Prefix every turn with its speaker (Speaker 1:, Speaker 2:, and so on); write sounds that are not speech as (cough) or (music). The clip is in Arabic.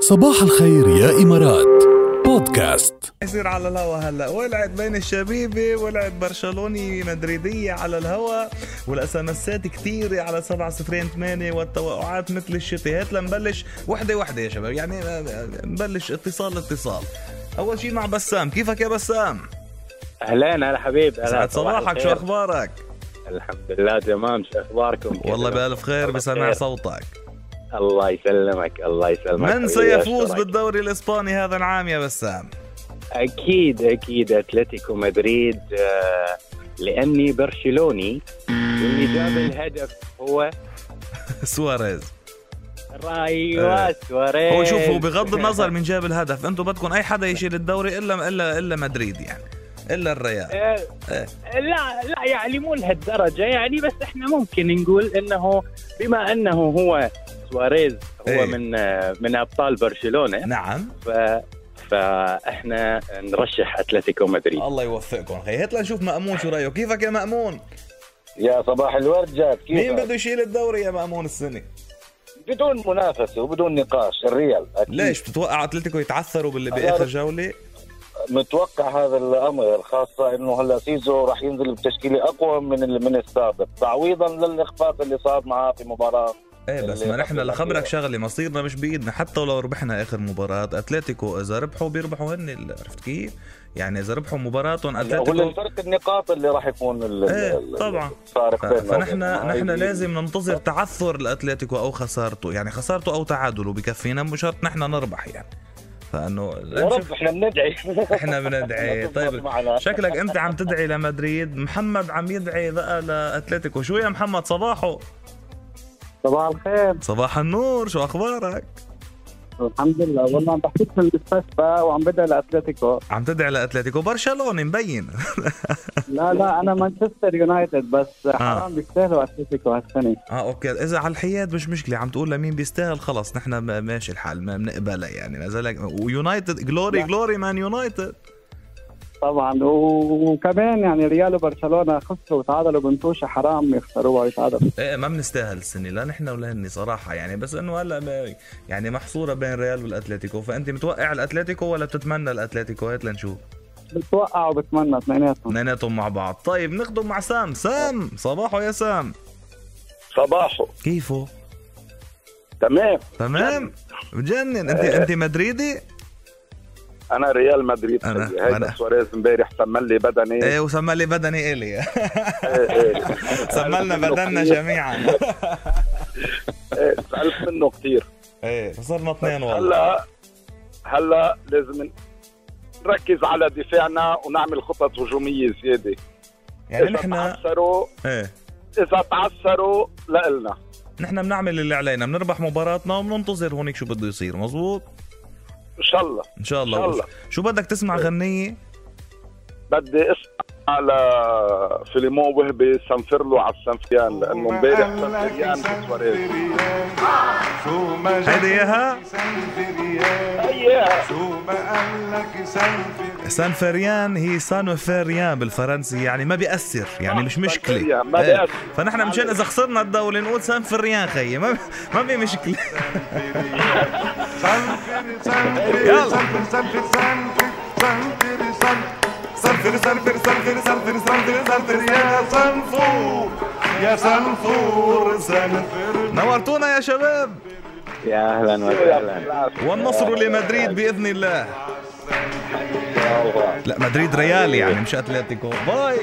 Speaker 1: صباح الخير يا إمارات بودكاست
Speaker 2: يصير على الهوا هلا ولعت بين الشبيبه ولعت برشلوني مدريديه على الهوا والاس ام اسات كثيره على 708 والتوقعات مثل الشتاء هات لنبلش وحده وحده يا شباب يعني نبلش اتصال اتصال اول شيء مع بسام كيفك يا بسام
Speaker 3: اهلين هلا حبيب هلا
Speaker 2: سعد صباحك شو
Speaker 3: الخير.
Speaker 2: اخبارك
Speaker 3: الحمد لله تمام شو اخباركم كيف
Speaker 2: والله بالف خير
Speaker 3: الله
Speaker 2: بسمع
Speaker 3: خير.
Speaker 2: صوتك
Speaker 3: الله يسلمك الله يسلمك
Speaker 2: من
Speaker 3: حبيبي،
Speaker 2: سيفوز
Speaker 3: أشكرك.
Speaker 2: بالدوري الاسباني هذا العام يا بسام (laughs)
Speaker 3: اكيد اكيد اتلتيكو مدريد آه، لاني برشلوني واللي جاب الهدف هو
Speaker 2: سواريز آه.
Speaker 3: رايوا سواريز
Speaker 2: هو شوف هو بغض
Speaker 3: إيه. (laughs)
Speaker 2: النظر من جاب الهدف انتم بدكم اي حدا يشيل الدوري الا الا الا مدريد يعني الا الريال
Speaker 3: آه،
Speaker 2: إيه.
Speaker 3: لا لا يعني مو لهالدرجه يعني بس احنا ممكن نقول انه بما انه هو سواريز هو
Speaker 2: إيه.
Speaker 3: من آه، من ابطال برشلونه
Speaker 2: نعم
Speaker 3: ف فاحنا نرشح اتلتيكو مدريد
Speaker 4: آه،
Speaker 2: الله يوفقكم خي هات لنشوف مأمون شو رايه كيفك يا مأمون
Speaker 5: يا صباح الورد جاب
Speaker 2: مين
Speaker 5: كيف
Speaker 2: بده يشيل الدوري يا مأمون السنه
Speaker 5: بدون منافسه وبدون نقاش الريال أكيد.
Speaker 2: ليش بتتوقع اتلتيكو يتعثروا باللي باخر جوله
Speaker 5: متوقع هذا الامر خاصه انه هلا سيزو راح ينزل بتشكيله اقوى من ال- من السابق تعويضا للاخفاق اللي صار معاه في مباراه
Speaker 2: ايه بس ما نحن لخبرك شغله مصيرنا مش بايدنا حتى ولو ربحنا اخر مباراه اتلتيكو اذا ربحوا بيربحوا هن ال- عرفت كيف؟ يعني اذا ربحوا مباراتهم
Speaker 5: هو اللي
Speaker 2: اتلتيكو
Speaker 5: فرق النقاط اللي راح يكون ال- ال-
Speaker 2: إيه،
Speaker 5: ال-
Speaker 2: طبعاً.
Speaker 5: الفارق يعني
Speaker 2: ف-
Speaker 5: بيننا
Speaker 2: فنحن
Speaker 5: وبينهم.
Speaker 2: نحن
Speaker 5: هاي دي-
Speaker 2: لازم ننتظر تعثر الاتلتيكو او خسارته يعني خسارته او تعادله بكفينا مو شرط نحن نربح يعني فانه
Speaker 5: يا
Speaker 2: لنشوف
Speaker 5: رب احنا
Speaker 2: (laughs)
Speaker 5: بندعي
Speaker 2: احنا
Speaker 5: (laughs)
Speaker 2: بندعي
Speaker 5: تزبط
Speaker 2: طيب
Speaker 5: معنا.
Speaker 2: شكلك انت عم تدعي لمدريد محمد عم يدعي بقى لاتلتيكو شو يا محمد صباحو
Speaker 4: صباح الخير
Speaker 2: صباح النور شو اخبارك
Speaker 4: الحمد لله والله عم بحكيك في المستشفى وعم بدعي لاتلتيكو
Speaker 2: عم تدعي لاتلتيكو برشلونه مبين
Speaker 4: لا لا انا مانشستر يونايتد بس
Speaker 2: آه.
Speaker 4: حرام بيستاهلوا اتلتيكو هالسنه
Speaker 2: اه اوكي اذا على الحياد مش مشكله عم تقول لمين بيستاهل خلص نحن ما- ماشي الحال ما بنقبلها يعني ما زالك ويونايتد جلوري
Speaker 4: لا.
Speaker 2: جلوري مان يونايتد
Speaker 4: طبعا و- وكمان يعني ريال وبرشلونه خسروا وتعادلوا بنتوشه حرام يخسروها ويتعادلوا
Speaker 2: ايه ما بنستاهل السنه لا نحن ولا هني صراحه يعني بس انه هلا ما- يعني محصوره بين ريال والاتلتيكو فانت متوقع الاتلتيكو ولا بتتمنى الاتليتيكو هات لنشوف
Speaker 4: بتوقع وبتمنى اثنيناتهم
Speaker 2: اثنيناتهم مع بعض طيب نخدم مع سام سام صباحو يا سام
Speaker 5: صباحه
Speaker 2: كيفه
Speaker 5: تمام
Speaker 2: تمام بجنن
Speaker 5: إيه.
Speaker 2: انت انت مدريدي
Speaker 5: انا ريال مدريد
Speaker 2: أنا-
Speaker 5: خيي. هيدا
Speaker 2: أنا.
Speaker 5: سواريز امبارح سمى لي بدني
Speaker 2: ايه وسمى لي بدني
Speaker 5: (laughs)
Speaker 2: الي
Speaker 5: إيه، إيه.
Speaker 2: سمى
Speaker 5: (laughs)
Speaker 2: لنا بدننا جميعا
Speaker 5: إيه، زعلت منه كثير
Speaker 2: ايه صرنا اثنين والله
Speaker 5: هلا هلا لازم نركز على دفاعنا ونعمل خطط هجوميه زياده
Speaker 2: يعني
Speaker 5: اذا
Speaker 2: نحن
Speaker 5: تعثروا
Speaker 2: ايه
Speaker 5: اذا تعثروا لنا
Speaker 2: نحن بنعمل اللي علينا بنربح مباراتنا وبننتظر هونيك شو بده يصير مزبوط
Speaker 5: ان شاء الله
Speaker 2: ان شاء الله,
Speaker 5: إن شاء الله.
Speaker 2: شو بدك تسمع غنيه
Speaker 5: بدي اسمع على فيليمون وهبي سنفر له على السنفريان لانه امبارح سنفريان بسواريز
Speaker 2: هيدي اياها
Speaker 5: اياها
Speaker 2: سان فريان هي سانو فريان بالفرنسي يعني ما بيأثر يعني مش مشكلة
Speaker 5: فريان، ما
Speaker 2: إيه.
Speaker 5: بيأثر.
Speaker 2: فنحن مشان إذا خسرنا الدولة نقول سان فريان خيي ما ما في مشكلة
Speaker 6: صنفر صنفر صنفر صنفر صنفر صنفر يا صنفور يا صنفور صنفر
Speaker 2: نورتونا يا شباب
Speaker 3: يا اهلا وسهلا
Speaker 2: والنصر لمدريد بإذن الله لا مدريد ريال يعني مش أتلتيكو باي